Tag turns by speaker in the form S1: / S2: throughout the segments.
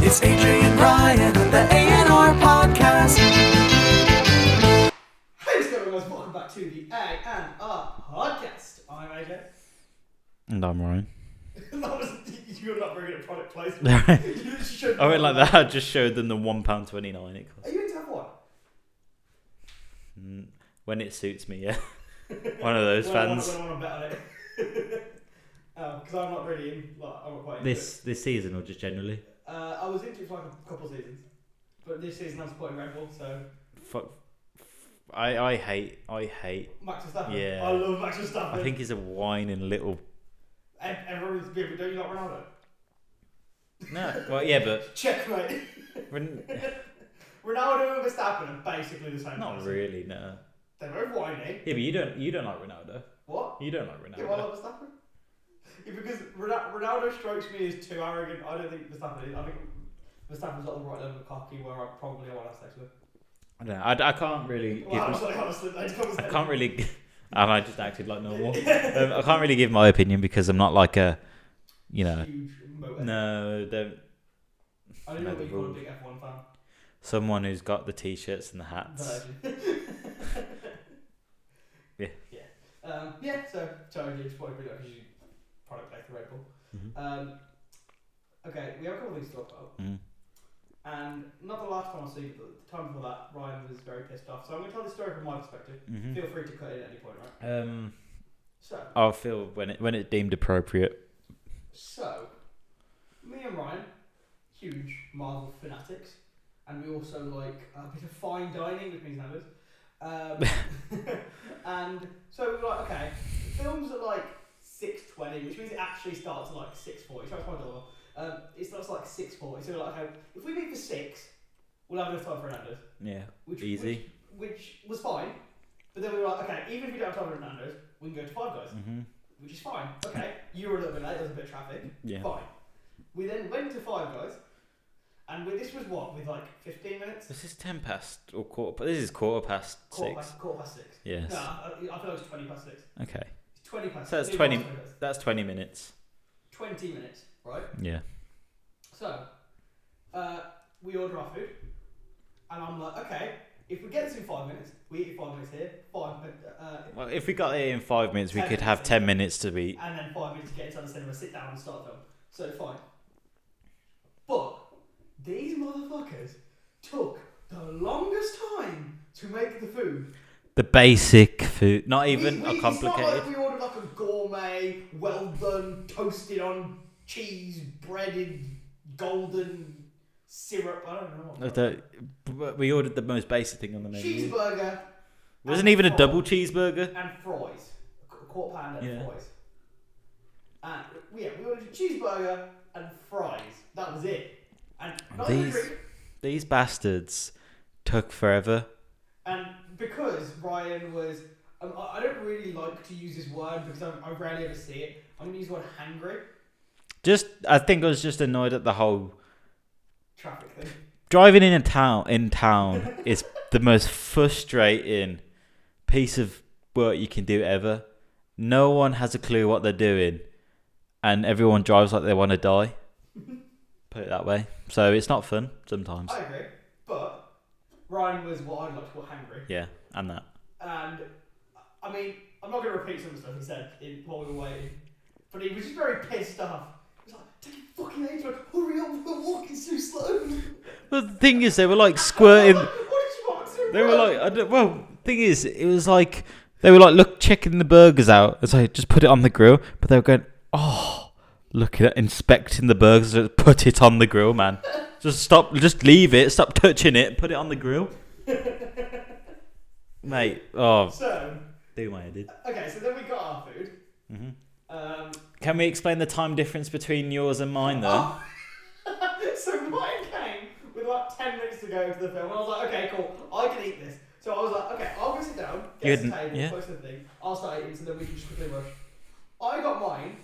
S1: It's AJ and Ryan on the A&R podcast.
S2: Hey, what's going on, guys? Welcome back to the A and R podcast. I'm AJ.
S3: And I'm Ryan.
S2: that was you're not very good at product placement.
S3: I
S2: you should.
S3: went like that. I just showed them the one pound twenty nine it costs
S2: Are you into have one?
S3: Mm, when it suits me. Yeah, one of those
S2: When I wanna-
S3: fans.
S2: When I want to bet on it. Because I'm not really in. Like, I'm not quite into
S3: This this season or just generally.
S2: it. Uh, I was into it for like a couple seasons, but this season I'm supporting Red Bull, so
S3: Fuck. I I hate I hate.
S2: Max Verstappen.
S3: Yeah.
S2: I love Max Verstappen.
S3: I think he's a whining little.
S2: Ev- everyone's good, but don't you like Ronaldo?
S3: No, well yeah, but
S2: Checkmate.
S3: when,
S2: Ronaldo and Verstappen are basically the same.
S3: not
S2: person.
S3: really. No.
S2: They're both whiny.
S3: Yeah, but you don't you don't like Ronaldo.
S2: What?
S3: You don't like
S2: Yeah, why
S3: Ronaldo.
S2: not Verstappen? Yeah, because Rona- Ronaldo strikes me as too arrogant. I don't think Verstappen is. I think Verstappen's not the right level of cocky where I probably I want to have sex with.
S3: I don't know. I, I can't really.
S2: Well,
S3: give
S2: I'm
S3: my-
S2: sorry, honestly, I just
S3: I can't really, and I just acted like normal. um, I can't really give my opinion because I'm not like a, you know,
S2: Huge motor.
S3: no, don't
S2: I don't know
S3: no,
S2: what
S3: the
S2: you call a
S3: rules.
S2: big F1 fan.
S3: someone who's got the t-shirts and the hats.
S2: Virgin.
S3: Yeah.
S2: Yeah. Um, yeah. So sorry, you just wanted to bring up because you product like the Red Bull.
S3: Mhm.
S2: Um, okay, we have a couple of things to talk about.
S3: Mm.
S2: And not the last time I saw you, but the time before that, Ryan was very pissed off. So I'm going to tell the story from my perspective.
S3: Mhm.
S2: Feel free to cut in at any point, right?
S3: Um,
S2: So,
S3: I'll feel when it when it's deemed appropriate.
S2: so me and Ryan, huge Marvel fanatics, and we also like a bit of fine dining, which means numbers. Um, and so we were like, okay, films are like six twenty, which means it actually starts at like six forty. So it's quite normal. Um, it starts at like six forty. So we're like, okay, if we leave for six, we'll have enough time for Hernandez.
S3: Yeah,
S2: Which,
S3: easy.
S2: Which, which was fine. But then we were like, okay, even if we don't have time for Hernandez, we can go to Five Guys.
S3: hmm
S2: which is fine. Okay, you were a little bit late. There was a bit of traffic.
S3: Yeah,
S2: Fine. We then went to Five Guys, and we, this was what with like fifteen minutes,
S3: this is ten past or quarter. But this is quarter past
S2: quarter
S3: six.
S2: past quarter past six.
S3: Yes.
S2: No, I, I feel it was twenty past six.
S3: Okay,
S2: It's twenty past.
S3: So that's
S2: six.
S3: 20
S2: minutes.
S3: that's twenty minutes.
S2: Twenty minutes, right?
S3: Yeah.
S2: So, uh, we order our food, and I'm like, okay, if we get this in five minutes, we eat five minutes here, five minutes, uh,
S3: Well, if we got here in five minutes, we
S2: Ten
S3: could have
S2: minutes.
S3: ten minutes to eat.
S2: and then five minutes to get inside the cinema, sit down and start the film. So fine. But these motherfuckers took the longest time to make the food.
S3: The basic food, not
S2: We-
S3: even
S2: we-
S3: a
S2: It's not
S3: complicated.
S2: like we ordered like a gourmet, well done, toasted on cheese, breaded, golden syrup. I don't know.
S3: I
S2: What
S3: don't- but uh, we ordered the most basic thing on the menu.
S2: Cheeseburger.
S3: Wasn't
S2: and
S3: even a
S2: fries.
S3: double cheeseburger.
S2: and fries, a qu- quarter pound and
S3: Yeah.
S2: fries. And yeah, we ordered a cheeseburger and fries. That was it. And not even a
S3: These-
S2: drink.
S3: These bastards took forever.
S2: And because Ryan was, um, I I don't really like to use this word because I, I rarely ever see it. I'm gonna use the word hangry.
S3: Just, I think I was just annoyed at the whole
S2: Traffic thing.
S3: driving in a town. In town is the most frustrating piece of work you can do ever. No one has a clue what they're doing, and everyone drives like they want to die. Put it that way. So it's not fun sometimes.
S2: I agree, but Ryan was what I'd like to call hangry.
S3: Yeah, and that.
S2: And I mean, I'm not going to repeat some of the stuff he said in, while we were waiting, but he was just very pissed off. He was like, "Take your fucking age, like, hurry up! We're walking too slow."
S3: But the thing is, they were like squirting.
S2: what did you want to
S3: They were like, I don't, well, thing is, it was like they were like, look, checking the burgers out. It's like just put it on the grill, but they were going, oh, look at inspecting the burgers, just put it on the grill, man. Just stop, just leave it, stop touching it, put it on the grill, mate. Oh,
S2: So
S3: do my head in.
S2: okay, so then we got our food.
S3: Mhm.
S2: Um,
S3: Can we explain the time difference between yours and mine, though?
S2: Oh. so mine came with like ten minutes to go to the film, and I was like, "Okay, cool, I can eat this." So I was like, "Okay, I'll go sit down,
S3: You
S2: get to
S3: hadn't-
S2: the table,
S3: yeah.
S2: close to the thing. I'll start eating, so then we can just quickly rush." I got mine.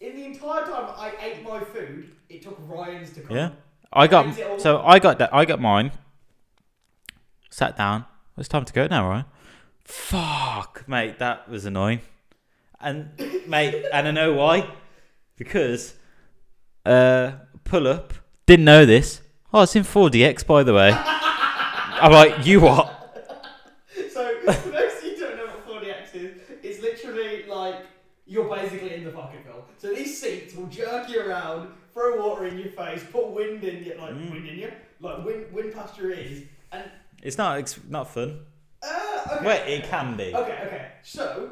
S2: In the entire time I ate my food, it took Ryan's to come.
S3: Yeah, I got so I got that. I got mine. Sat down. It's time to go now, right? Fuck, mate, that was annoying. And mate, and I know why. Because uh, pull up didn't know this. Oh, it's in 4DX, by the way. I'm like, you what?
S2: So, for those of you who don't know what 4DX is, it's literally like you're basically in the fucking film. So these seats will jerk you around, throw water in your face, put wind in you, like
S3: Mm.
S2: wind in you, like wind, wind past your ears, and
S3: It's not. It's not fun.
S2: uh, okay.
S3: Well, it can be.
S2: Okay, okay. So,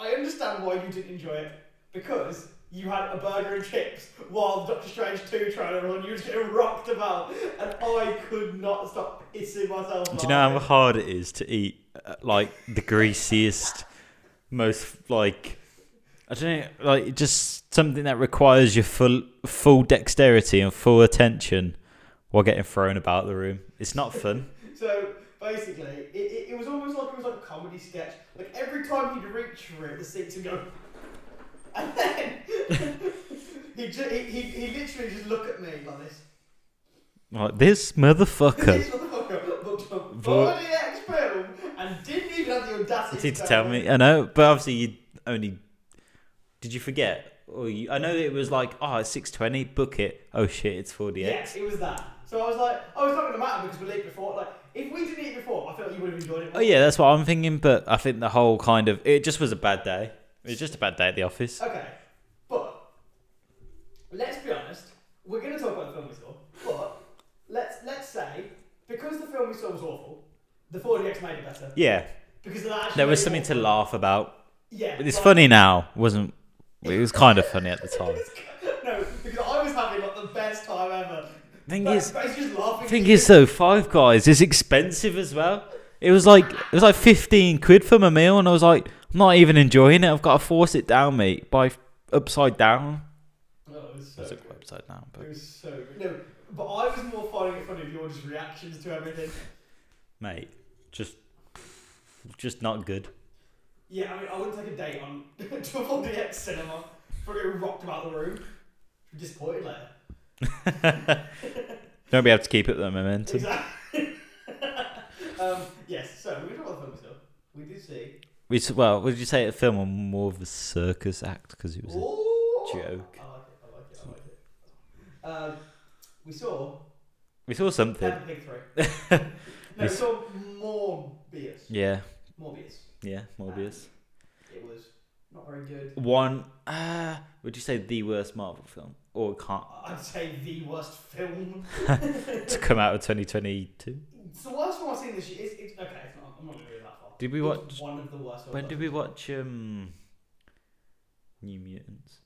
S2: I understand why you didn't enjoy it because you had a burger and chips while Doctor Strange 2 trailer on. You were just getting rocked about, and I could not stop pissing myself.
S3: Do you know how hard it is to eat uh, like the greasiest, most like I don't know, like just something that requires your full full dexterity and full attention while getting thrown about the room. It's not fun.
S2: So basically, it, it, it was almost like it was like a comedy sketch. Like every time he'd reach for it, the seats would go, and then he, ju- he, he he literally just look at me like this.
S3: Like this motherfucker.
S2: This motherfucker looked up
S3: But-
S2: body X film and didn't even have the audacity
S3: See to tell me. I know, but obviously you only did you forget? Or you, I know that it was like, oh, it's six twenty. Book it. Oh shit, it's forty eight.
S2: Yeah, it was that. So I was like, oh, it's not going to matter because we're late before. Like, if we didn't eat before, I felt you would have enjoyed it.
S3: Oh yeah, that's what I'm thinking. But I think the whole kind of it just was a bad day. It was just a bad day at the office.
S2: Okay, but let's be honest. We're going to talk about the film we saw, but let's let's say because the film we saw was awful, the 4DX made it better.
S3: Yeah,
S2: Because that actually
S3: there was
S2: made it
S3: something to
S2: awful.
S3: laugh about.
S2: Yeah,
S3: But it's
S2: like-
S3: funny now. wasn't It was kind of funny at the time.
S2: No, because I was having like the best time ever.
S3: Thing
S2: Like,
S3: is,
S2: basically just laughing.
S3: thing is though, Five Guys is expensive as well. It was like it was like fifteen quid for my meal, and I was like, I'm not even enjoying it. I've got to force it down, mate. By upside down.
S2: Oh, it was so
S3: Was it
S2: good.
S3: upside down?
S2: It
S3: But
S2: was so good. No, but I was more finding it funny of your just reactions to everything.
S3: mate, just just not good.
S2: Yeah, I mean, I wouldn't take a date on to a 4DX cinema for getting rocked about the room. Disappointed later.
S3: Don't be able to keep up the momentum.
S2: Exactly. um, yes, so we talked about the film still. We did see.
S3: We s- well, would you say a film or more of a circus act because it was a
S2: Ooh!
S3: joke.
S2: I like it, I like it, I like it. Um, we saw
S3: we saw something.
S2: Peppa Pig 3. no, we
S3: We
S2: saw Morbius.
S3: Yeah,
S2: Morbius.
S3: yeah, Morbius.
S2: It was not very good.
S3: One. Uh, would you say the worst Marvel film or can't
S2: I'd say the worst film.
S3: to come out of 2022?
S2: It's the worst one I've seen this year. It's, it's, okay, it's not, I'm not going to go that far.
S3: Did we
S2: It's
S3: watch-
S2: One of the worst.
S3: When did we watch um New Mutants? Is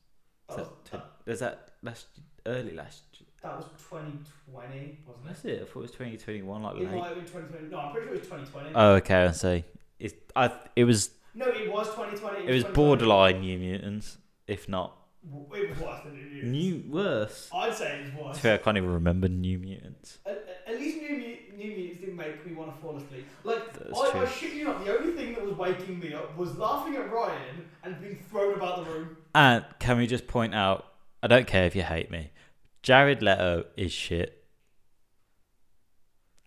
S2: Oh, That was,
S3: that,
S2: that,
S3: tw- is that last early last?
S2: that was 2020, wasn't it?
S3: Was it? I thought it was 2021, like
S2: It might
S3: late.
S2: have been 2020. No, I'm pretty sure it was 2020.
S3: Oh, okay. I see. It I it was
S2: no, it was 2020.
S3: it was
S2: 2020.
S3: borderline New Mutants, if not
S2: W- It was worse than New Mutants.
S3: new worse.
S2: I'd say it
S3: To
S2: was
S3: be
S2: worse.
S3: fair, I can't even remember New Mutants.
S2: At, at least New, Mu- New Mutants didn't make me want to fall asleep. Like,
S3: That's
S2: I, I
S3: true.
S2: shit you not, the only thing that was waking me up was laughing at Ryan and being thrown about the room.
S3: And can we just point out? I don't care if you hate me. Jared Leto is shit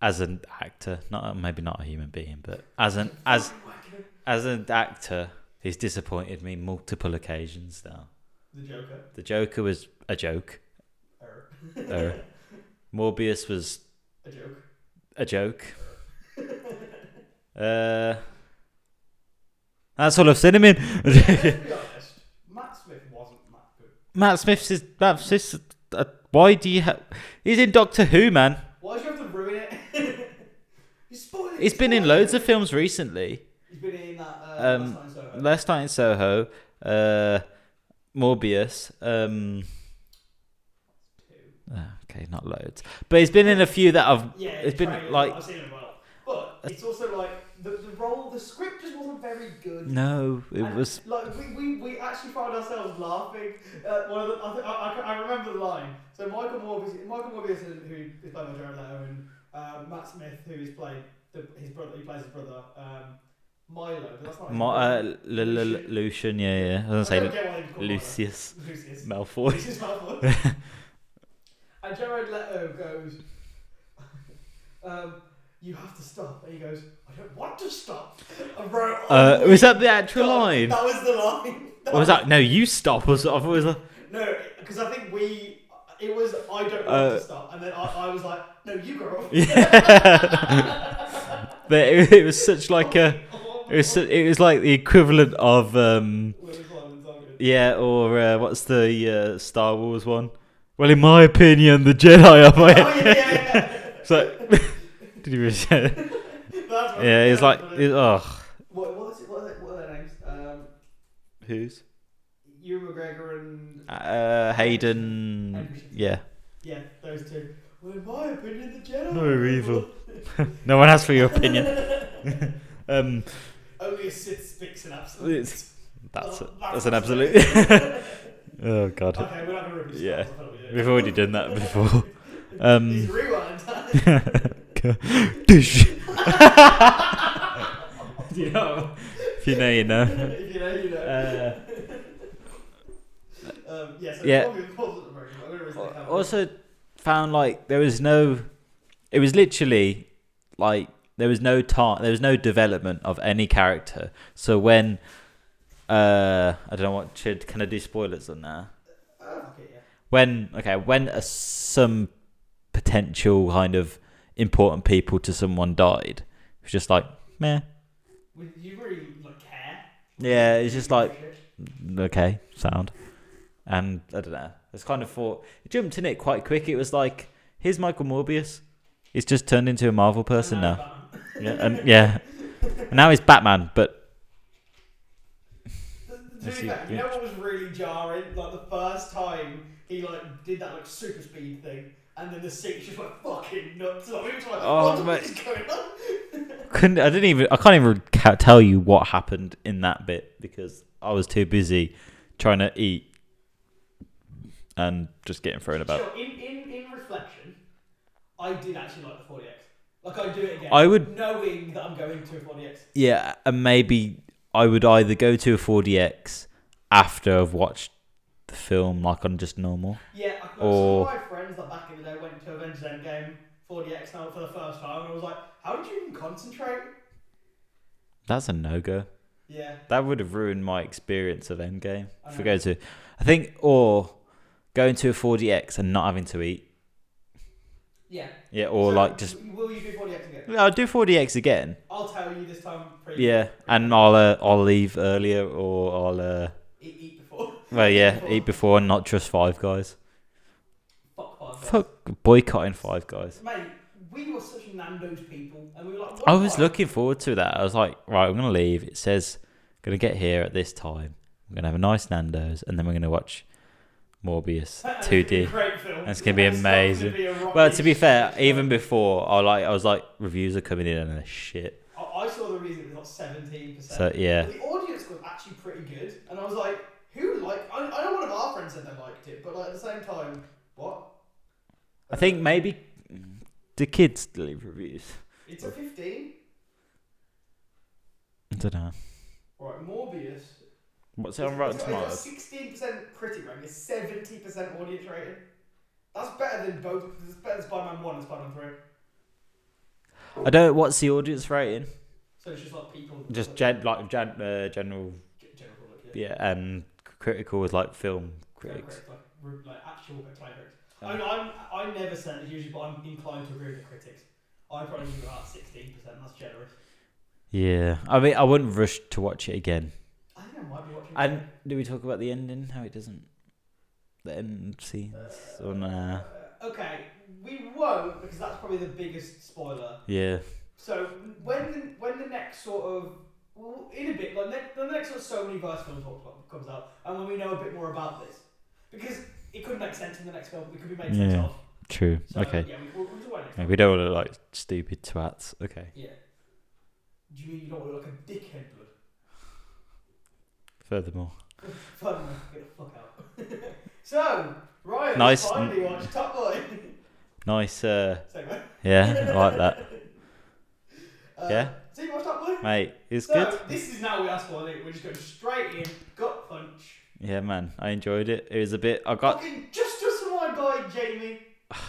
S3: as an actor. Not maybe not a human being, but as an as as an actor, he's disappointed me multiple occasions now.
S2: The Joker.
S3: The Joker was a joke.
S2: Error.
S3: Error. Morbius was
S2: A joke.
S3: a joke. Uh, that's all I've seen him in.
S2: Let's be honest. Matt Smith wasn't that good.
S3: Matt Smith's is Matt Smith's. Uh, why do you have? He's in Doctor Who, man.
S2: Why did you have to ruin it? you spoiled it.
S3: He's been in loads of films recently.
S2: He's been in that. Uh,
S3: Um,
S2: last time, so, uh,
S3: Last Night in Soho, uh, Morbius. Um, ah,
S2: two.
S3: okay, not loads, but he's been in a few that I've.
S2: Yeah,
S3: it's been
S2: trailers,
S3: like
S2: I've seen it well. But it's also like the, the role, the script just wasn't very good.
S3: no, it
S2: And,
S3: was
S2: like we, we, we actually found ourselves laughing. Uh, one of the, I, think, I, I, I remember the line. So Michael Morbius, Michael Morbius, who is played by Jared Leto, and uh, Matt Smith, who is played the, his brother, he plays his brother um, Milo. But that's not. his
S3: Mo-
S2: brother.
S3: uh, L- L- L- Lucian. Yeah, yeah. I was
S2: I
S3: gonna
S2: don't
S3: say
S2: get why they call Milo.
S3: Lucius
S2: Lucius.
S3: Malfoy.
S2: This is Malfoy. and Jared Leto goes, um, "You have to stop." And he goes, "I don't want to stop." I wrote,
S3: Uh,
S2: "Oh
S3: was
S2: my
S3: that the actual
S2: God."
S3: line?
S2: That was the line.
S3: Or was that no? You stop. Was I was like,
S2: No, because I think we. it was I don't want
S3: Uh,
S2: to stop, and then I, I was like, no, you go off.
S3: Yeah. But it, it was such like a. It was su- it was like the equivalent of um
S2: Where was I when I was arguing?
S3: yeah or uh, what's the uh, Star Wars one? Well, in my opinion, the Jedi are
S2: Oh,
S3: my.
S2: yeah, yeah, yeah.
S3: So did you really say that?
S2: That's what
S3: Yeah, it's like it, oh
S2: uh, What, what was it? What, was it, what were their names? Um,
S3: who's
S2: Ewan McGregor and
S3: uh, Hayden? Yeah,
S2: yeah, those two. Well, in my opinion, the Jedi.
S3: No,
S2: are
S3: evil. no one asked for your opinion. Um,
S2: Only a Sith speaks in absolute.
S3: it's, that's a,
S2: Oh,
S3: that's an absolute.
S2: absolute.
S3: oh god,
S2: Okay, we're not gonna rip his
S3: Yeah.
S2: stuff off, that'll be it.
S3: we've already done that before. Um,
S2: Please rewind.
S3: Dish. you know, if you know, you know.
S2: if you know, you know.
S3: Uh,
S2: um, yeah,
S3: yeah.
S2: so yeah. Probably, probably the American, I'm gonna risk the camera.
S3: also found like there was no it was literally like there was no time there was no development of any character so when uh i don't know what should can i do spoilers on that
S2: Oh, fuck it, yeah.
S3: when okay when a, some potential kind of important people to someone died it was just like meh
S2: Would you really like care?
S3: Yeah, it's just like- okay sound and i don't know it's kind of thought it jumped in it quite quick it was like here's michael morbius he's just turned into a marvel person now Yeah, and yeah, and now he's Batman, but
S2: To be
S3: Let's see,
S2: fair, you
S3: yeah.
S2: know what was really jarring? Like the first time he like did that like super speed thing, and then the sink just went fucking nuts. Like, we were just like,
S3: Oh,
S2: what the
S3: mate.
S2: fuck is going on?
S3: couldn't. I didn't even. I can't even ca- tell you what happened in that bit because I was too busy trying to eat and just getting thrown about.
S2: Sure, in, in, in reflection, I did actually like the 40x. Like I'd do it again.
S3: I would-
S2: knowing that I'm going to a 40x.
S3: Yeah, and maybe I would either go to a 4DX after I've watched the film, like on just normal.
S2: Yeah, I some
S3: Or-
S2: of my friends that back in the day went to Avengers Endgame 40x now for the first time, and I was like, how did you even concentrate?
S3: That's a no go.
S2: Yeah.
S3: That would have ruined my experience of Endgame.
S2: I
S3: If I
S2: know.
S3: go to, I think, or going to a 4DX and not having to eat.
S2: Yeah.
S3: Yeah, or
S2: So,
S3: like just
S2: Will you do 40x again?
S3: I'll do 4DX again.
S2: I'll tell you this time. Pretty
S3: Yeah, and I'll uh, I'll leave earlier or I'll uh,
S2: Eat, eat before.
S3: well yeah eat before and not trust Five Guys.
S2: Fuck five. Guys.
S3: Fuck boycotting Five Guys.
S2: Mate, we were such Nando's people, and we were like.
S3: I
S2: what
S3: was
S2: the fuck?
S3: looking forward to that. I was like, right, I'm gonna leave. It says gonna get here at this time. We're gonna have a nice Nando's and then we're gonna watch Morbius
S2: And it's gonna be a
S3: 2D.
S2: great film.
S3: That's gonna be
S2: It's not gonna
S3: amazing.
S2: be a rocket
S3: Well, to be fair,
S2: ship.
S3: even before I like I was like reviews are coming in and they're shit.
S2: I, I saw the reason it was not seventeen percent.
S3: So yeah,
S2: The audience was actually pretty good, and I was like, "Who like?" I, I know one of our friends said they liked it, but like at the same time, what?
S3: I think maybe the kids leave reviews.
S2: it's a fifteen.
S3: I don't know.
S2: Right, Morbius.
S3: What's it on Rotten Tomatoes?
S2: Sixteen percent critic rating, it's seventy percent audience rating. That's better than both. It's better than Spider-Man One and Spider-Man Three.
S3: I don't. What's the audience rating?
S2: So it's just like people.
S3: Just gen, like gen, uh, general,
S2: Ge- general public, yeah.
S3: yeah, and critical with like film
S2: General
S3: critics.
S2: Like, ru- like actual acclaim critics. I
S3: Uh,
S2: mean, I'm, I never said it usually, but I'm inclined to agree with the critics. I probably give it about 16%, that's generous.
S3: Yeah, I mean, I wouldn't rush to watch it again.
S2: I think I might be watching
S3: And do we talk about the ending? How it doesn't the end scenes or nah?
S2: Uh, Okay, we won't, because that's probably the biggest spoiler.
S3: Yeah,
S2: So, when the, when the next sort of. well, In a bit, like ne- the next sort of so many verse film talk about comes out, and when we know a bit more about this. Because it could make sense in the next film, it could be made sense
S3: Yeah.
S2: of.
S3: true.
S2: So,
S3: okay,
S2: yeah, we, we'll, we'll do it next
S3: Yeah,
S2: time.
S3: we don't want to like stupid twats. Okay,
S2: Yeah. Do you mean you don't want to look like a dickhead blood?
S3: furthermore,
S2: Fun, get the fuck out. so, Ryan
S3: Nice.
S2: finally watched Top Boy.
S3: nice. Uh,
S2: Segment.
S3: yeah, I like that,
S2: Uh,
S3: Yeah.
S2: So you watched Top Boy?
S3: mate. It's
S2: so,
S3: good.
S2: this is now we are spoiling it. We're just going straight in, gut punch.
S3: Yeah, man, I enjoyed it. It was a bit. I got.
S2: Fucking just justified by Jamie.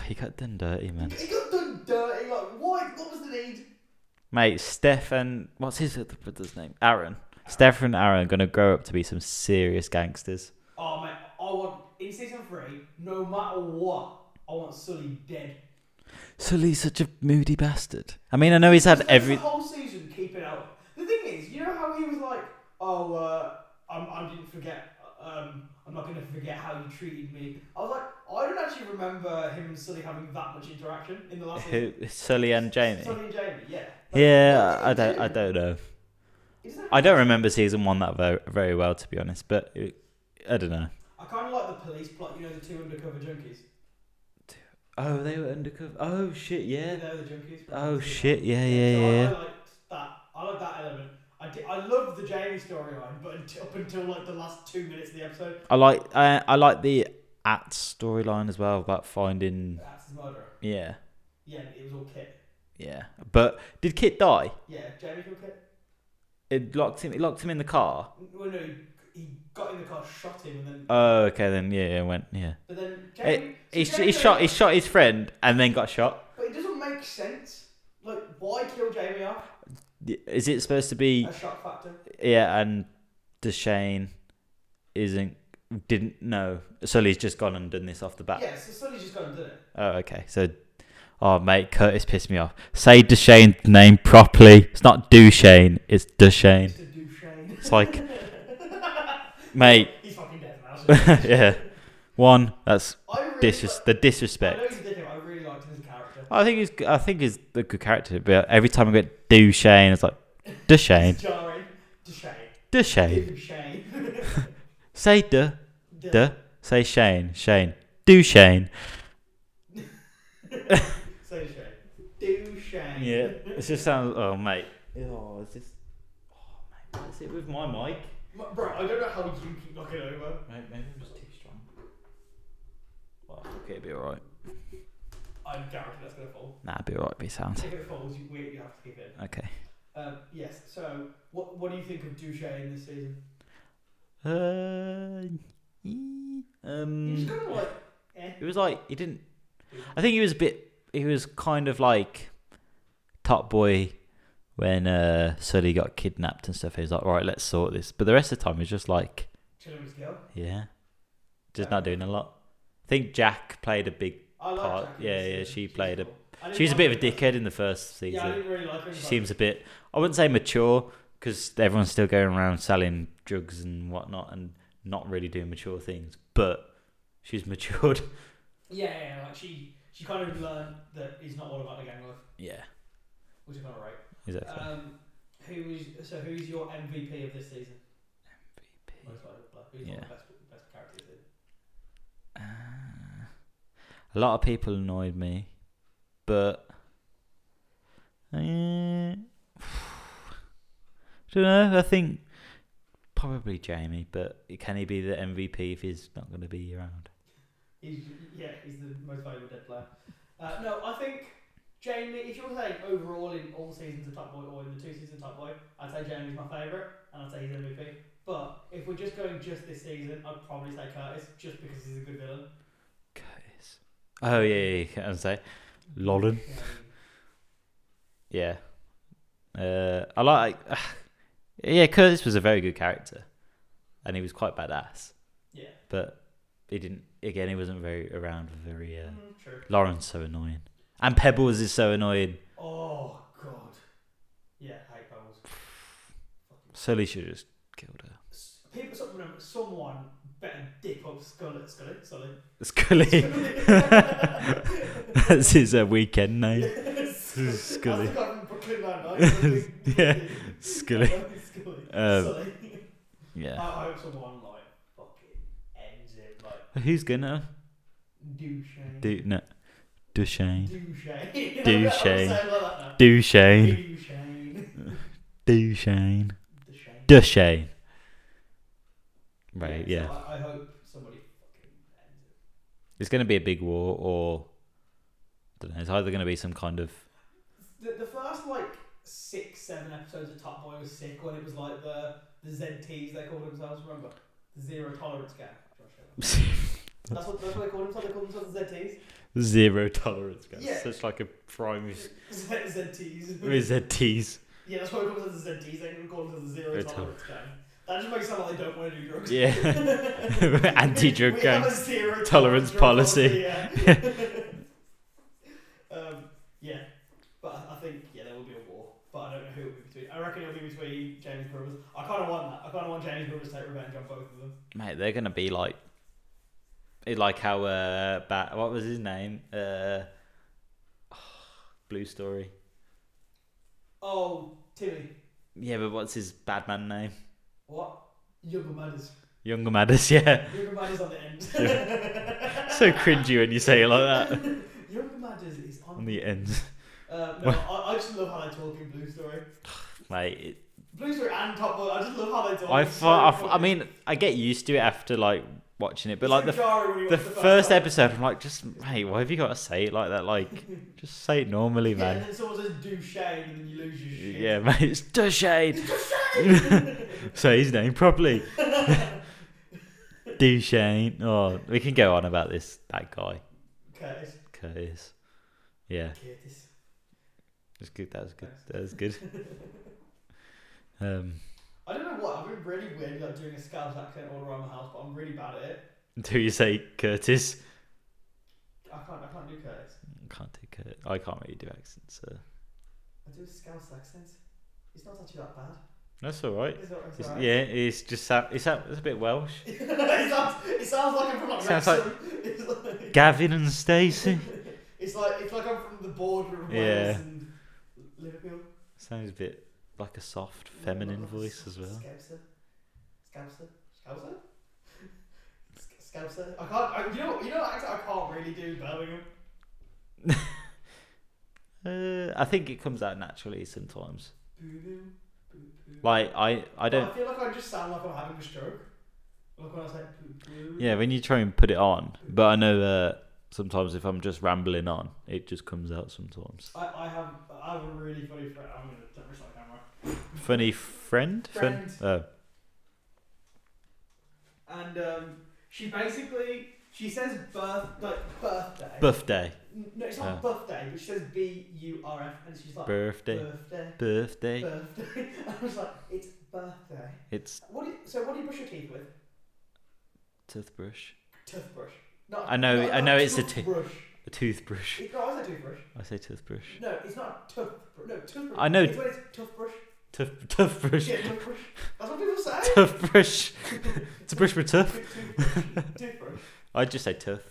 S3: He got done dirty, man.
S2: He got done dirty. Like, why? What was the need?
S3: Mate, Steph and what's his other brother's name? Aaron. Steph and Aaron are gonna grow up to be some serious gangsters.
S2: Oh, mate, I I want in season three, no matter what, I want Sully dead.
S3: Sully's such a moody bastard. I mean, I know he's had
S2: Spent
S3: every.
S2: the whole season keeping out. The thing is, you know how he was like, "Oh, uh, I'm, I didn't forget. Um, I'm not going to forget how you treated me." I was like, I don't actually remember him and Sully having that much interaction in the last.
S3: Who, Sully and Jamie.
S2: Sully and Jamie, yeah. Like,
S3: Yeah,
S2: what
S3: I I
S2: did they
S3: don't. I don't know.
S2: Is that-
S3: I don't remember season one that very, very well, to be honest. But it, I don't know.
S2: I kind of like the police plot. You know, the two undercover junkies.
S3: Oh, they were undercover. Oh shit! Yeah.
S2: They're the junkies. from
S3: Oh
S2: Police Academy.
S3: shit! Yeah, yeah,
S2: so
S3: yeah. yeah.
S2: I, I liked that. I liked that element. I, did, I loved the Jamie storyline, but until, up until like the last two minutes of the episode,
S3: I like. I, I like the at storyline as well about finding.
S2: that's his murderer.
S3: Yeah,
S2: Yeah, it was all Kit.
S3: yeah. But did Kit die?
S2: Yeah, Jamie killed Kit.
S3: It locked him. It locked him in the car.
S2: Well, no, he- he got in the car, shot him, and then.
S3: Oh, okay then. Yeah, yeah. Went. Yeah.
S2: but then
S3: It,
S2: Jamie. so
S3: he, sh-
S2: Jamie
S3: he
S2: goes-
S3: shot. He shot his friend and then got shot.
S2: But it doesn't make sense. Like, why kill Jamie off?
S3: Is it supposed to be?
S2: A shock factor.
S3: Yeah, and Deshane isn't. Didn't know. Sully's just gone and done this off the bat.
S2: Yeah, so Sully's just gone and done it.
S3: Oh, okay. So, oh, mate, Curtis pissed me off. Say Deshane's name properly. It's not Dushane, it's Deshane.
S2: Just a douche.
S3: It's like, mate,
S2: He's fucking dead now. so-
S3: yeah. One, that's
S2: I really
S3: disres- the
S2: Like, I know
S3: disrespect.
S2: he's a dickhead, but I really liked him as a character.
S3: I think he's, I think he's a good character, but every time I get Dushane, it's like, Deshane,
S2: Jarring. To Shane.
S3: Deshane.
S2: Even Shane.
S3: Say duh,
S2: Duh.
S3: duh. Say Shane, Shane, Dushane.
S2: So Shane. Do Shane.
S3: Yeah, it just sounds, oh, mate. Oh, it's just, oh, mate, what's it with my mic?
S2: M- Bro, I don't know how you keep knocking over.
S3: Maybe, maybe I'm just too strong. Well, okay, it'd be alright.
S2: I guarantee that's gonna fall.
S3: Nah, it'd be alright, be sound.
S2: If it falls, you, we, you have to keep it.
S3: Okay.
S2: Um, yes. So, what what do you think of Duche in this season?
S3: Uh,
S2: He's
S3: um,
S2: kind of like, eh.
S3: it was like, he didn't. I think he was a bit. He was kind of like Top Boy when uh, Sully got kidnapped and stuff. He was like, right, let's sort this. But the rest of the time, he was just like,
S2: Chilling with his girl.
S3: yeah, just not doing a lot. I think Jack played a big.
S2: I like
S3: Part-
S2: Jackie in
S3: yeah,
S2: this
S3: yeah,
S2: season.
S3: she
S2: She's
S3: played a-
S2: cool. I didn't
S3: She was a
S2: like
S3: bit of a
S2: her.
S3: dickhead in the first
S2: Yeah, I
S3: season.
S2: didn't really like her. in
S3: She
S2: the
S3: seems a bit. I wouldn't say mature because everyone's still going around selling drugs and whatnot and not really doing mature things. But she's matured.
S2: first- Yeah, yeah, yeah, like she she kind of learned that it's not all about the gang life,
S3: Yeah,
S2: which is kind of right.
S3: exactly.
S2: Um, who is so who's your MVP of this season? Most likely, like, Who's
S3: Yeah.
S2: the best, best character? of the season?
S3: Uh, a lot of people annoyed me, but uh, don't know. I think probably Jamie, but can he be the MVP if he's not going to be around?
S2: He's yeah, he's the most valuable dead player. Uh, no, I think Jamie. If you were saying overall in all seasons of Top Boy or in the two seasons of Top Boy, I'd say Jamie's my favourite, and I'd say he's MVP. But if we're just going just this season, I'd probably say Curtis, just because he's a good villain.
S3: Curtis. Oh yeah, yeah, yeah. I would say Lolan.
S2: Yeah,
S3: Yeah. Uh, I like. yeah, Curtis was a very good character, and he was quite badass.
S2: Yeah.
S3: But he didn't. Again, he wasn't very around. Very. Uh,
S2: Mm, true.
S3: Lauren's so annoying, and Pebbles is so annoying.
S2: Oh god. Yeah, I hate Bubbles.
S3: Sully should have just killed her.
S2: S- People, someone, someone better dip up Scullet, Scullet, Sully.
S3: Scully. That's his uh, weekend name.
S2: Scully.
S3: Scully.
S2: That's the guy from Brooklyn Nine-Nine.
S3: Yeah, Scully.
S2: Scully.
S3: Um,
S2: Sully.
S3: Yeah.
S2: I hope someone like fucking ends it like
S3: Who's gonna
S2: douche.
S3: do no? Duchesne.
S2: Douche.
S3: Douche.
S2: Douche.
S3: Duchesne. Duchesne.
S2: Douche. The shame.
S3: Duchesne. Right. Yeah.
S2: So I, I hope somebody fucking ends it.
S3: It's going to be a big war, or I don't know. It's either going to be some kind of
S2: The, the first like six, seven episodes of Top Boy was sick when it was like the the ZTs they called themselves. Remember the zero tolerance gang. That's what, that's what they called themselves. They called themselves the ZTs.
S3: zero tolerance. Guys.
S2: Yeah.
S3: Such like a primary
S2: Z- ZTs.
S3: ZTs.
S2: yeah, that's why they called themselves the ZTs. They didn't call themselves the zero
S3: Zero
S2: tolerance gang That just makes it sound like they don't want to do drugs.
S3: Yeah. Anti-drug
S2: We
S3: gang.
S2: have a zero
S3: Tolerance
S2: drug
S3: policy.
S2: yeah. um, yeah, but I- I think yeah there will be a war, but I don't know who it will be between. I reckon it'll be between James Brothers. I kind of want that. I kind of want James Brothers to take revenge on both of them.
S3: Mate, they're gonna be like, it like how uh, bat. What was his name? Uh, Blue Story.
S2: Oh, Timmy,
S3: Yeah, but what's his bad man name?
S2: what? Younger Madders.
S3: Younger Madders. Yeah,
S2: Younger Madders on the end.
S3: so cringy when you say it like that.
S2: Younger Madders is on.
S3: On the ends,
S2: Uh, no, I, I just love how they talk in Blue Story.
S3: mate. It,
S2: Blue Story and Top Boy. I just love how they talk.
S3: I,
S2: It's so
S3: fu- I, fu- I
S2: funny.
S3: mean, I get used to it after like watching it, but
S2: It's
S3: like
S2: so
S3: the
S2: jarring when you
S3: the
S2: watch
S3: first
S2: time.
S3: episode, I'm like, just mate, why have you got to say it like that? Like, just say it normally,
S2: Yeah, and
S3: man.
S2: then someone says douche and then you lose your shit.
S3: Yeah, mate, it's Dushade. Say his name properly. Duchesne. Oh, we can go on about this. That guy,
S2: Curtis.
S3: Curtis. Yeah,
S2: Curtis.
S3: that's good. That was good. That was good. Um,
S2: I don't know what, I've been really weird like doing a Scouse accent all around the house, but I'm really bad at it.
S3: do you say Curtis?
S2: I can't, I can't do Curtis.
S3: I can't do Curtis. I can't really do accents. So.
S2: I do a Scouse accent. It's not actually that bad.
S3: That's all right.
S2: It's not, it's
S3: It's,
S2: alright.
S3: yeah, it's just sa- it's, a, it's a bit Welsh.
S2: it, sounds, it sounds like I'm from like
S3: Sounds
S2: Wrexham. it's like,
S3: Gavin and Stacey.
S2: it's like, it's like I'm from the border of Wales
S3: Yeah.
S2: and Liverpool.
S3: Sounds a bit like a soft feminine voice as well.
S2: Scouser. Scouser. Scouser? Sc- Scouser. I can't, I, you know, you know, actually, I can't really do Birmingham.
S3: Uh, I think it comes out naturally sometimes.
S2: Boo boo. Boo boo.
S3: Like I, I don't.
S2: I feel like I just sound like I'm having a stroke. Like when I say boo boo.
S3: Yeah, when you try and put it on, but I know that sometimes if I'm just rambling on, it just comes out sometimes.
S2: I, I have I have a really funny friend. I'm gonna turn this on camera.
S3: Funny friend, Fun- oh,
S2: And um, she basically she says birth like birthday.
S3: birthday,
S2: N- no, it's not birthday, but she says B U R F, and she's like
S3: birthday,
S2: birthday.
S3: birthday.
S2: Birthday. I was like, it's birthday.
S3: It's
S2: What? Do you, so what do you brush your teeth with?
S3: toothbrush,
S2: Toothbrush. No.
S3: I know-
S2: not-
S3: I
S2: not
S3: know it's a tooth-
S2: toothbrush.
S3: a toothbrush.
S2: It- No, I said toothbrush.
S3: I say toothbrush,
S2: No, it's not a toothbrush. No, toothbrush.
S3: I know-
S2: It's when it's toothbrush.
S3: Tooth, toothbrush,
S2: Yeah, toothbrush. That's what people say.
S3: toothbrush. it's a brush with tooth.
S2: Toothbrush. Toothbrush.
S3: I just say tooth,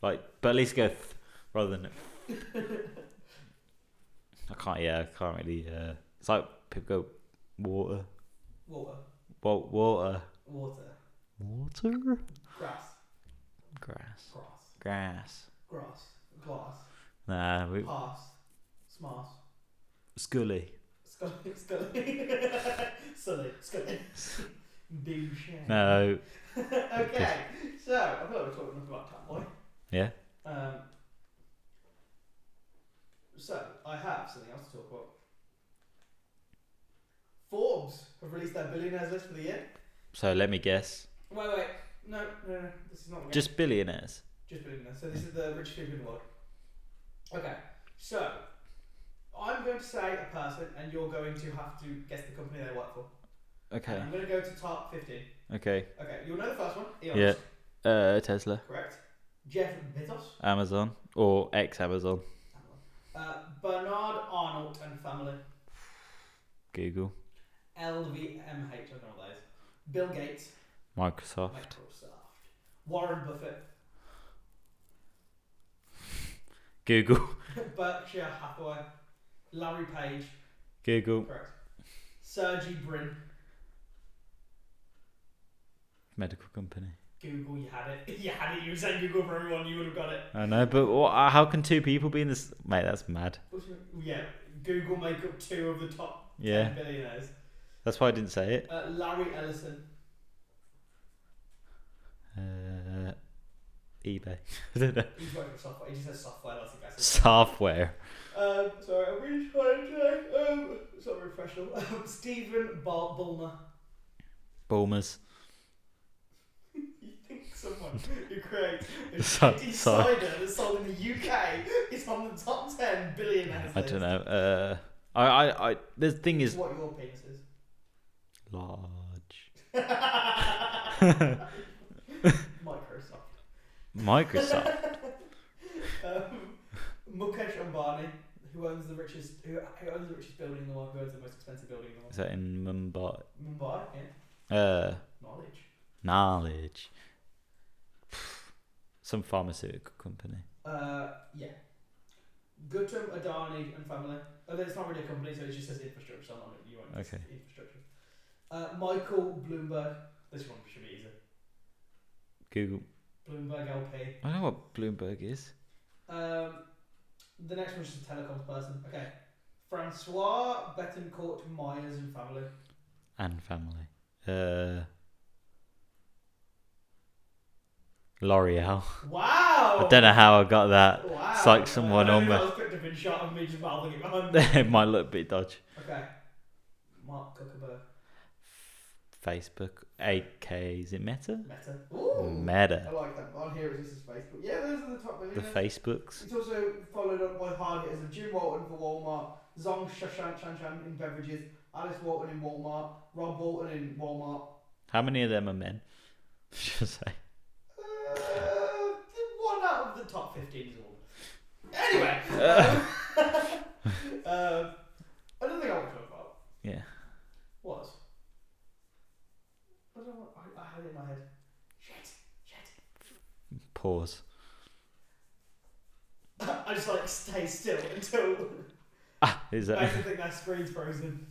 S3: like, but at least go th rather than. I can't. Yeah, I can't really. Uh, it's like people go water,
S2: Water.
S3: wa- water,
S2: Water.
S3: water,
S2: Grass.
S3: grass,
S2: Grass.
S3: grass.
S2: Grass. Glass.
S3: Nah, we,
S2: Pass. Smash.
S3: Scully.
S2: Scully. Scully. Sully. Scully. Douche.
S3: No.
S2: okay, so I thought we were talking enough about Tomboy.
S3: Yeah.
S2: Um, so I have something else to talk about. Forbes have released their billionaires list for the year.
S3: So let me guess.
S2: Wait, wait, no, no, no, this is not the game.
S3: Just billionaires.
S2: just billionaires. So this is the richest people in the world. Okay, so I'm going to say a person, and you're going to have to guess the company they work for.
S3: Okay.
S2: I'm going to go to top 15.
S3: Okay.
S2: Okay, you'll know the first one. Elon
S3: Yeah.
S2: Musk,
S3: Uh, Tesla,
S2: correct. Jeff Bezos.
S3: Amazon, or ex Amazon,
S2: Uh, Bernard Arnault and family.
S3: Google,
S2: LVMH, I don't know what that is. Bill Gates,
S3: Microsoft,
S2: Microsoft. Warren Buffett,
S3: Google,
S2: Berkshire Hathaway, Larry Page,
S3: Google,
S2: correct. Sergey Brin,
S3: medical company.
S2: Google, you had it. You had it, you were saying Google for everyone, you would have got it.
S3: I know, but what, uh, how can two people be in this? Mate, that's mad.
S2: What's your- Yeah, Google make up two of the top
S3: Yeah,
S2: 10 billionaires.
S3: that's why I didn't say it.
S2: Uh, Larry Ellison,
S3: Uh, eBay. I don't know.
S2: he's working for software, he just says software, that's a guess.
S3: Software.
S2: Um, sorry, I'm really trying today. Um, sorry, professional. Um, Stephen Bal- Bulmer.
S3: Bulmers.
S2: You think someone who creates a
S3: So-
S2: shitty
S3: sorry.
S2: cider that's sold in the UK is on the top 10 billionaires?
S3: I don't know. Uh, I, I, I. The thing is
S2: What your penis is.
S3: large.
S2: Microsoft.
S3: Microsoft.
S2: Um, Mukesh Ambani, who owns the richest, who, who owns the richest building in the world, who owns the most expensive building in the
S3: Is that in Mumbai?
S2: world. Mumbai, yeah,
S3: Uh,
S2: knowledge.
S3: knowledge. Some pharmaceutical company.
S2: Uh, yeah. Gautam Adani and family. Oh, it's not really a company, so it just says infrastructure. So I'm not you won't
S3: Okay.
S2: Infrastructure. Uh, Michael Bloomberg. This one should be easy.
S3: Google.
S2: Bloomberg LP.
S3: I know what Bloomberg is.
S2: Um, the next one's just a telecoms person. Okay. Francois Betancourt Myers and family.
S3: And family. Uh, L'Oreal.
S2: Wow!
S3: I don't know how I got that.
S2: Wow.
S3: It's like someone
S2: I
S3: on
S2: don't
S3: the-
S2: know if I was picked up in shot of me just mouthing it behind.
S3: it might look a bit dodgy.
S2: Okay. Mark Zuckerberg.
S3: Facebook. 8K. Is it Meta?
S2: Meta. Ooh. I
S3: Meta.
S2: like that. On here is this is Facebook. Yeah, those are the top.
S3: The
S2: yeah.
S3: Facebooks.
S2: It's also followed up by hard hitters of Jim Walton for Walmart, Zong Shashan Chan Chan in beverages, Alice Walton in Walmart, Rob Walton in Walmart.
S3: How many of them are men? Should I say?
S2: Uh, one out of the top 15 is a woman. Anyway, uh, another thing I want to talk about
S3: Yeah.
S2: was. I, don't know, I, I had it in my head. Shit, shit.
S3: Pause.
S2: I just like stay still until.
S3: Ah, is
S2: I
S3: that?
S2: actually think that screen's frozen.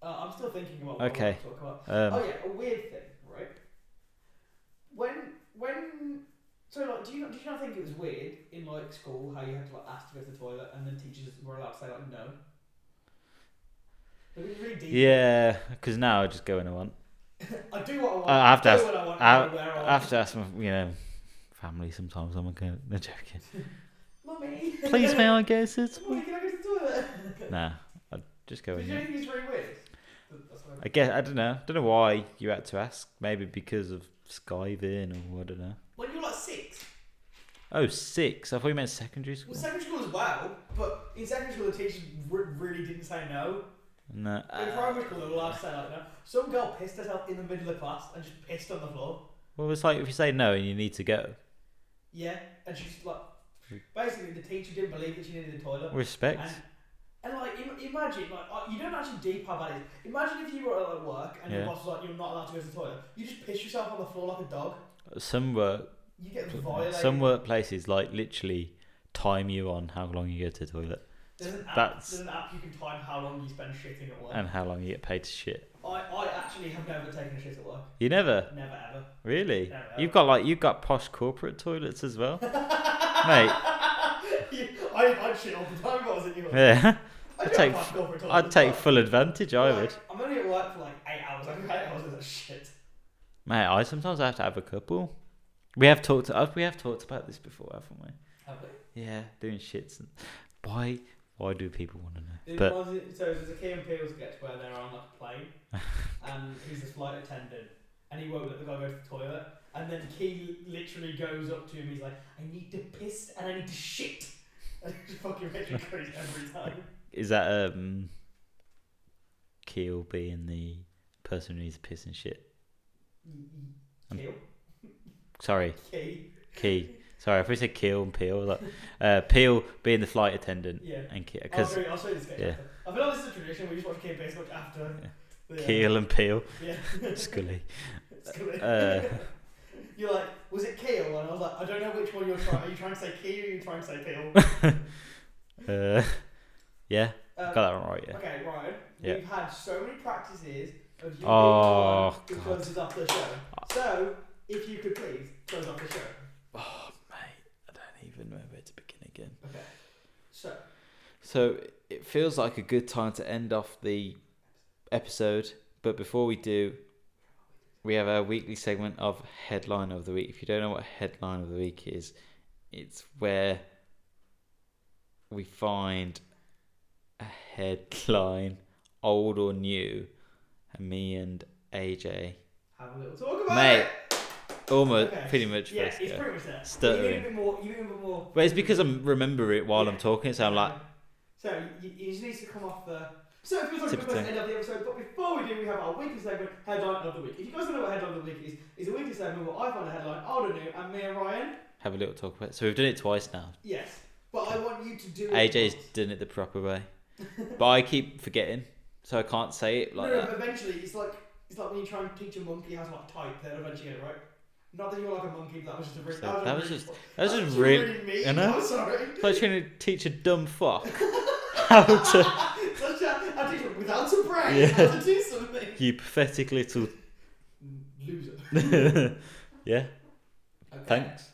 S2: Uh, I'm still thinking about what
S3: Okay.
S2: I want to talk about.
S3: Um,
S2: oh yeah, a weird thing, right? When when so like, do you not, did you not think it was weird in like school how you had to like ask to go to the toilet and then teachers were allowed to say like no? It was really deep.
S3: yeah, because now I just go when I want.
S2: I do what I want.
S3: I have to
S2: do
S3: ask-
S2: what I want.
S3: I-
S2: I, where I
S3: I
S2: want.
S3: have to ask my, you know, family sometimes. I'm okay. No joking.
S2: Mummy,
S3: Please, may I go to the toilet?
S2: Mummy, can I go to the toilet?
S3: Nah, I just go
S2: Did
S3: in.
S2: you
S3: there.
S2: think it's very weird? That- That's what I
S3: I guess I don't know. don't know why you had to ask. Maybe because of skiving or I don't know.
S2: when you're like six,
S3: Oh, six. I thought you meant secondary
S2: Well,
S3: school.
S2: secondary school as well, but in secondary school the teachers re- really didn't say no.
S3: No.
S2: in
S3: Uh,
S2: primary school they were allowed to say like no. Um, Some girl pissed herself in the middle of class and just pissed on the floor.
S3: well, it's like if you say no and you need to go,
S2: Yeah, and she just like basically the teacher didn't believe that she needed a toilet.
S3: respect.
S2: And, and like im- imagine like uh, you don't actually deep how bad it is. Imagine if you were at like, work and your
S3: Yeah.
S2: boss was like you're not allowed to go to the toilet. You just piss yourself on the floor like a dog.
S3: Some work,
S2: You get violated.
S3: some workplaces like literally time you on how long you go to the toilet
S2: there's an app.
S3: that's- Uh.
S2: There's an app you can time how long you spend shitting at work.
S3: and how long you get paid to shit.
S2: I, I actually have never taken a shit at work.
S3: You never
S2: Never ever.
S3: really.
S2: Never ever.
S3: You've got like you've got posh corporate toilets as well, mate.
S2: I, I'd shit all the time if I was at you.
S3: Yeah,
S2: I'd,
S3: take-
S2: Corporate all the
S3: I'd take
S2: time.
S3: full advantage. I would,
S2: Like, I'm only at work for like eight hours. I'm eight hours of shit.
S3: mate. I sometimes have to have a couple. We have talked. uh, We have talked about this before, haven't we?
S2: Have we?
S3: Yeah, doing shits. And why? Why do people want to know?
S2: It
S3: But
S2: was, so there's a Key and Peele sketch where they're on like a plane, and he's a flight attendant, and he won't let the guy go to the toilet. And then Key literally goes up to him. He's like, "I need to piss and I need to shit." And it just fucking makes me crazy every time.
S3: is that um, Keel being the person who needs to piss and shit? Um,
S2: Keel,
S3: Sorry,
S2: Key,
S3: Key. Sorry, if we said Keel and Peel, like, uh, Peel being the flight attendant
S2: yeah.
S3: and Keel,
S2: I'll
S3: because
S2: show, you, I'll show you the sketch
S3: yeah.
S2: after. I feel like this is a tradition. We just watch Kate Base much after.
S3: Yeah.
S2: the, uh,
S3: Keel and Peel,
S2: Yeah.
S3: Scully.
S2: It's good.
S3: uh,
S2: you're like, was it Keel? And I was like, I don't know which one you're trying. Are you trying to say Keel or are you trying to say Peel?
S3: Uh, yeah, got
S2: Um,
S3: that one right. Yeah.
S2: okay, Ryan.
S3: Yeah.
S2: We've had so many practices of you being
S3: Oh,
S2: the one who
S3: God.
S2: closes off the show. So, if you could please close off the show.
S3: Oh, mate, I don't even know where to begin again.
S2: Okay. So,
S3: So it feels like a good time to end off the episode, but before we do, we have our weekly segment of headline of the week. If you don't know what headline of the week is, it's where we find a headline, old or new, and me and AJ
S2: have a little talk about
S3: Mate,
S2: it.
S3: almost
S2: Okay.
S3: pretty much
S2: Yeah,
S3: first
S2: it's
S3: go.
S2: pretty much there.
S3: Stuttering.
S2: You need a bit more. You need a bit more.
S3: But it's because I remember it while I'm
S2: Yeah.
S3: talking, so I'm like,
S2: So you, you just need to come off the. So if you're talking
S3: Super
S2: about the
S3: thing.
S2: end of the episode, but before we do, we have our weekly segment, headline of the week. If you guys don't know what headline of the week is, it's a weekly segment where I find a headline, I don't know, and me and Ryan,
S3: Have a little talk about it. So we've done it twice now.
S2: yes, but I want you to do it.
S3: AJ's done it the proper way, but I keep forgetting, so I can't say it like
S2: no,
S3: that.
S2: but eventually it's like it's like when you try and teach a monkey how to like type, they'll eventually get it right. Not that you're like a monkey, but that was just a really
S3: So
S2: that,
S3: that
S2: was
S3: was
S2: really-
S3: just that was just
S2: really,
S3: really.
S2: mean.
S3: you know?
S2: I'm sorry.
S3: It's like trying to teach a dumb fuck how to.
S2: Such a, I teach it without a brain
S3: Yeah.
S2: how to do something.
S3: You pathetic little.
S2: Loser.
S3: yeah.
S2: Okay.
S3: Thanks.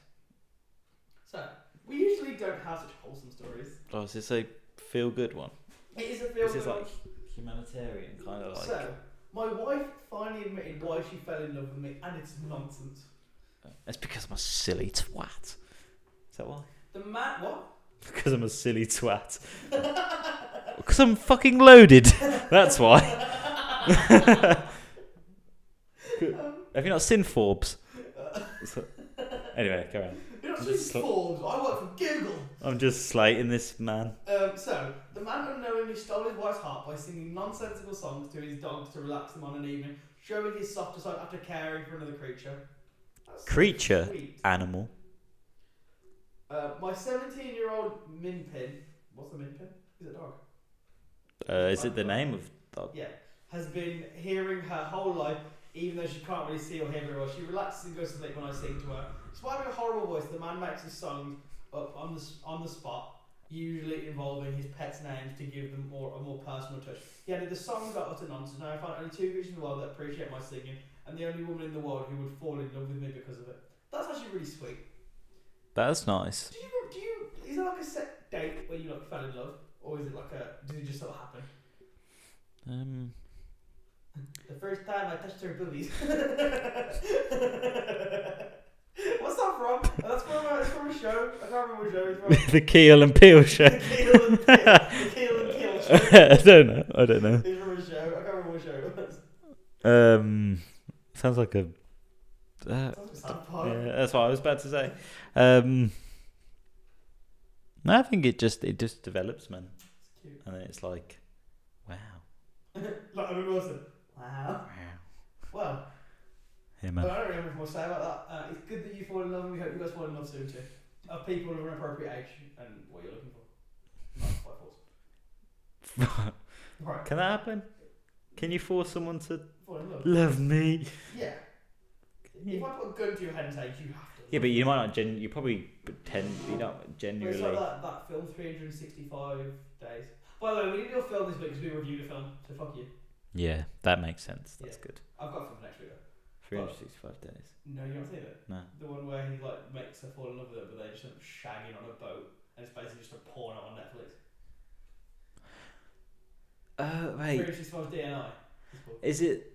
S2: So we usually don't have such wholesome stories.
S3: Oh, is this a feel good one?
S2: It is a film.
S3: This is like humanitarian kind of like.
S2: So my wife finally admitted why she fell in love with me, and it's nonsense.
S3: It's because I'm a silly twat. Is that why?
S2: The man, what?
S3: Because I'm a silly twat. Because I'm fucking loaded. That's why. Have you not seen Forbes? So- anyway, go on.
S2: You're not
S3: I'm
S2: just
S3: just sl-
S2: Forbes. I work for Google.
S3: I'm just slating this man.
S2: Um, so, the man unknowingly stole his wife's heart by singing nonsensical songs to his dogs to relax them on an evening, showing his softer side after caring for another creature. That's so
S3: Creature.
S2: sweet.
S3: Animal.
S2: Uh, my 17 year old min pin, what's a min pin? Is it a dog?
S3: Uh, is it the name of dog?
S2: Yeah. Has been hearing her whole life, even though she can't really see or hear very well. She relaxes and goes to sleep when I sing to her. Despite having a horrible voice, the man makes his songs up on the, s- on the spot, usually involving his pet's names to give them more a more personal touch. He added, The songs are utter nonsense. Now I find only two creatures in the world that appreciate my singing, and the only woman in the world who would fall in love with me because of it. That's actually really sweet.
S3: That's nice.
S2: Do you, do you, is there like a set date where you like fell in love? Or is it like a, did it just sort of happen?
S3: Um,
S2: The first time I touched her boobies. What's that from? That's from, a, that's from a show. I can't remember what show it's from.
S3: the Keel and Peel show.
S2: The Kill and Kill. The Kill and Kill show.
S3: I don't know. I don't know.
S2: It's from a show. I can't remember what show it was.
S3: Um, sounds like a. Uh,
S2: Sounds like South Park.
S3: yeah, that's what I was about to say. Um, no, I think it just it just develops, man,
S2: It's cute.
S3: and then it's like, wow,
S2: Like Owen Wilson. Wow.
S3: wow,
S2: Well,
S3: yeah,
S2: I
S3: man.
S2: don't really have much more to say about that. Uh, it's good that you fall in love and we hope you guys fall in love soon too. Of people of an appropriate age and what you're looking for. Not by force. Right.
S3: Can that happen? Can you force someone to
S2: Fall in love.
S3: love me?
S2: Yeah. If I put a gun to your head and say you have to.
S3: Yeah, but you might not. Gen- you probably pretend you don't
S2: Well, It's
S3: genuinely.
S2: like that, that film, 365 days. By the way, we didn't do a film this week because we reviewed a film, so fuck you.
S3: Yeah, that makes sense. That's
S2: Yeah.
S3: good.
S2: I've got a film for next week though.
S3: Three hundred sixty-five days.
S2: No, you haven't seen it?
S3: No.
S2: The one where he like makes her fall in love with her, but they just end up shagging on a boat, and it's basically just a porn on Netflix.
S3: Uh, wait,
S2: 365 DNI. It's called.
S3: is it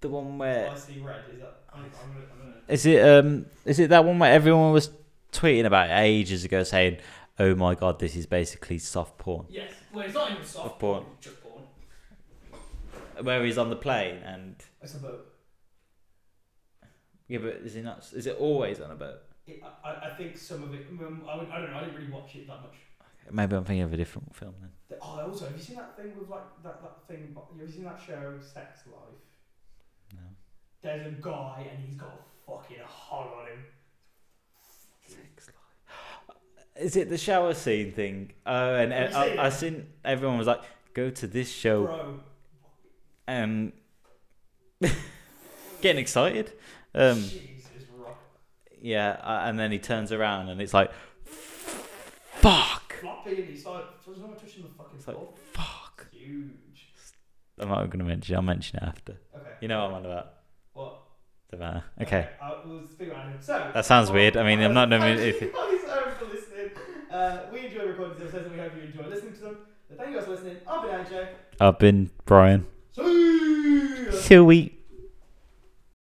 S3: the one where?
S2: I see red. Is that? I'm, I'm gonna. I'm gonna
S3: Is it um is it that one where everyone was tweeting about ages ago saying, "Oh my god, this is basically soft porn."
S2: yes. Well, it's not even soft
S3: Of porn.
S2: it's Just porn.
S3: Where he's on the plane and
S2: It's a boat.
S3: yeah, but is he not? Is it always on a boat?
S2: It, I- I, I think some of it. um, I, would- I don't know. I didn't really watch it that much.
S3: Maybe I'm thinking of a different film then.
S2: The- Oh, also, have you seen that thing with like that that thing? about- Have you seen that show, Sex Life?
S3: No.
S2: There's a guy and he's got a fucking hot on him.
S3: Is it the shower scene thing? Oh, and
S2: Have you seen it?
S3: I, I seen everyone was like, "Go to this show
S2: Bro,
S3: and getting excited." Um,
S2: Jesus rock.
S3: yeah, uh, and then he turns around and it's like, "Fuck!"
S2: Floppy and he's like, there's no one touching the fucking
S3: It's like,
S2: floor.
S3: "Fuck!"
S2: It's huge.
S3: I'm not going to mention. it, I'll mention it after.
S2: Okay.
S3: You know what I'm on about.
S2: What? Uh,
S3: Don't matter. Okay.
S2: I will speak about it. So.
S3: That sounds weird. I mean, I'm not knowing
S2: Thank you
S3: anything.
S2: guys um, for listening. Uh, we enjoy recording these episodes and we hope you enjoy listening to them. But thank you guys for listening. I've been AJ.
S3: I've been Brian.
S2: See ya.
S3: Sweet.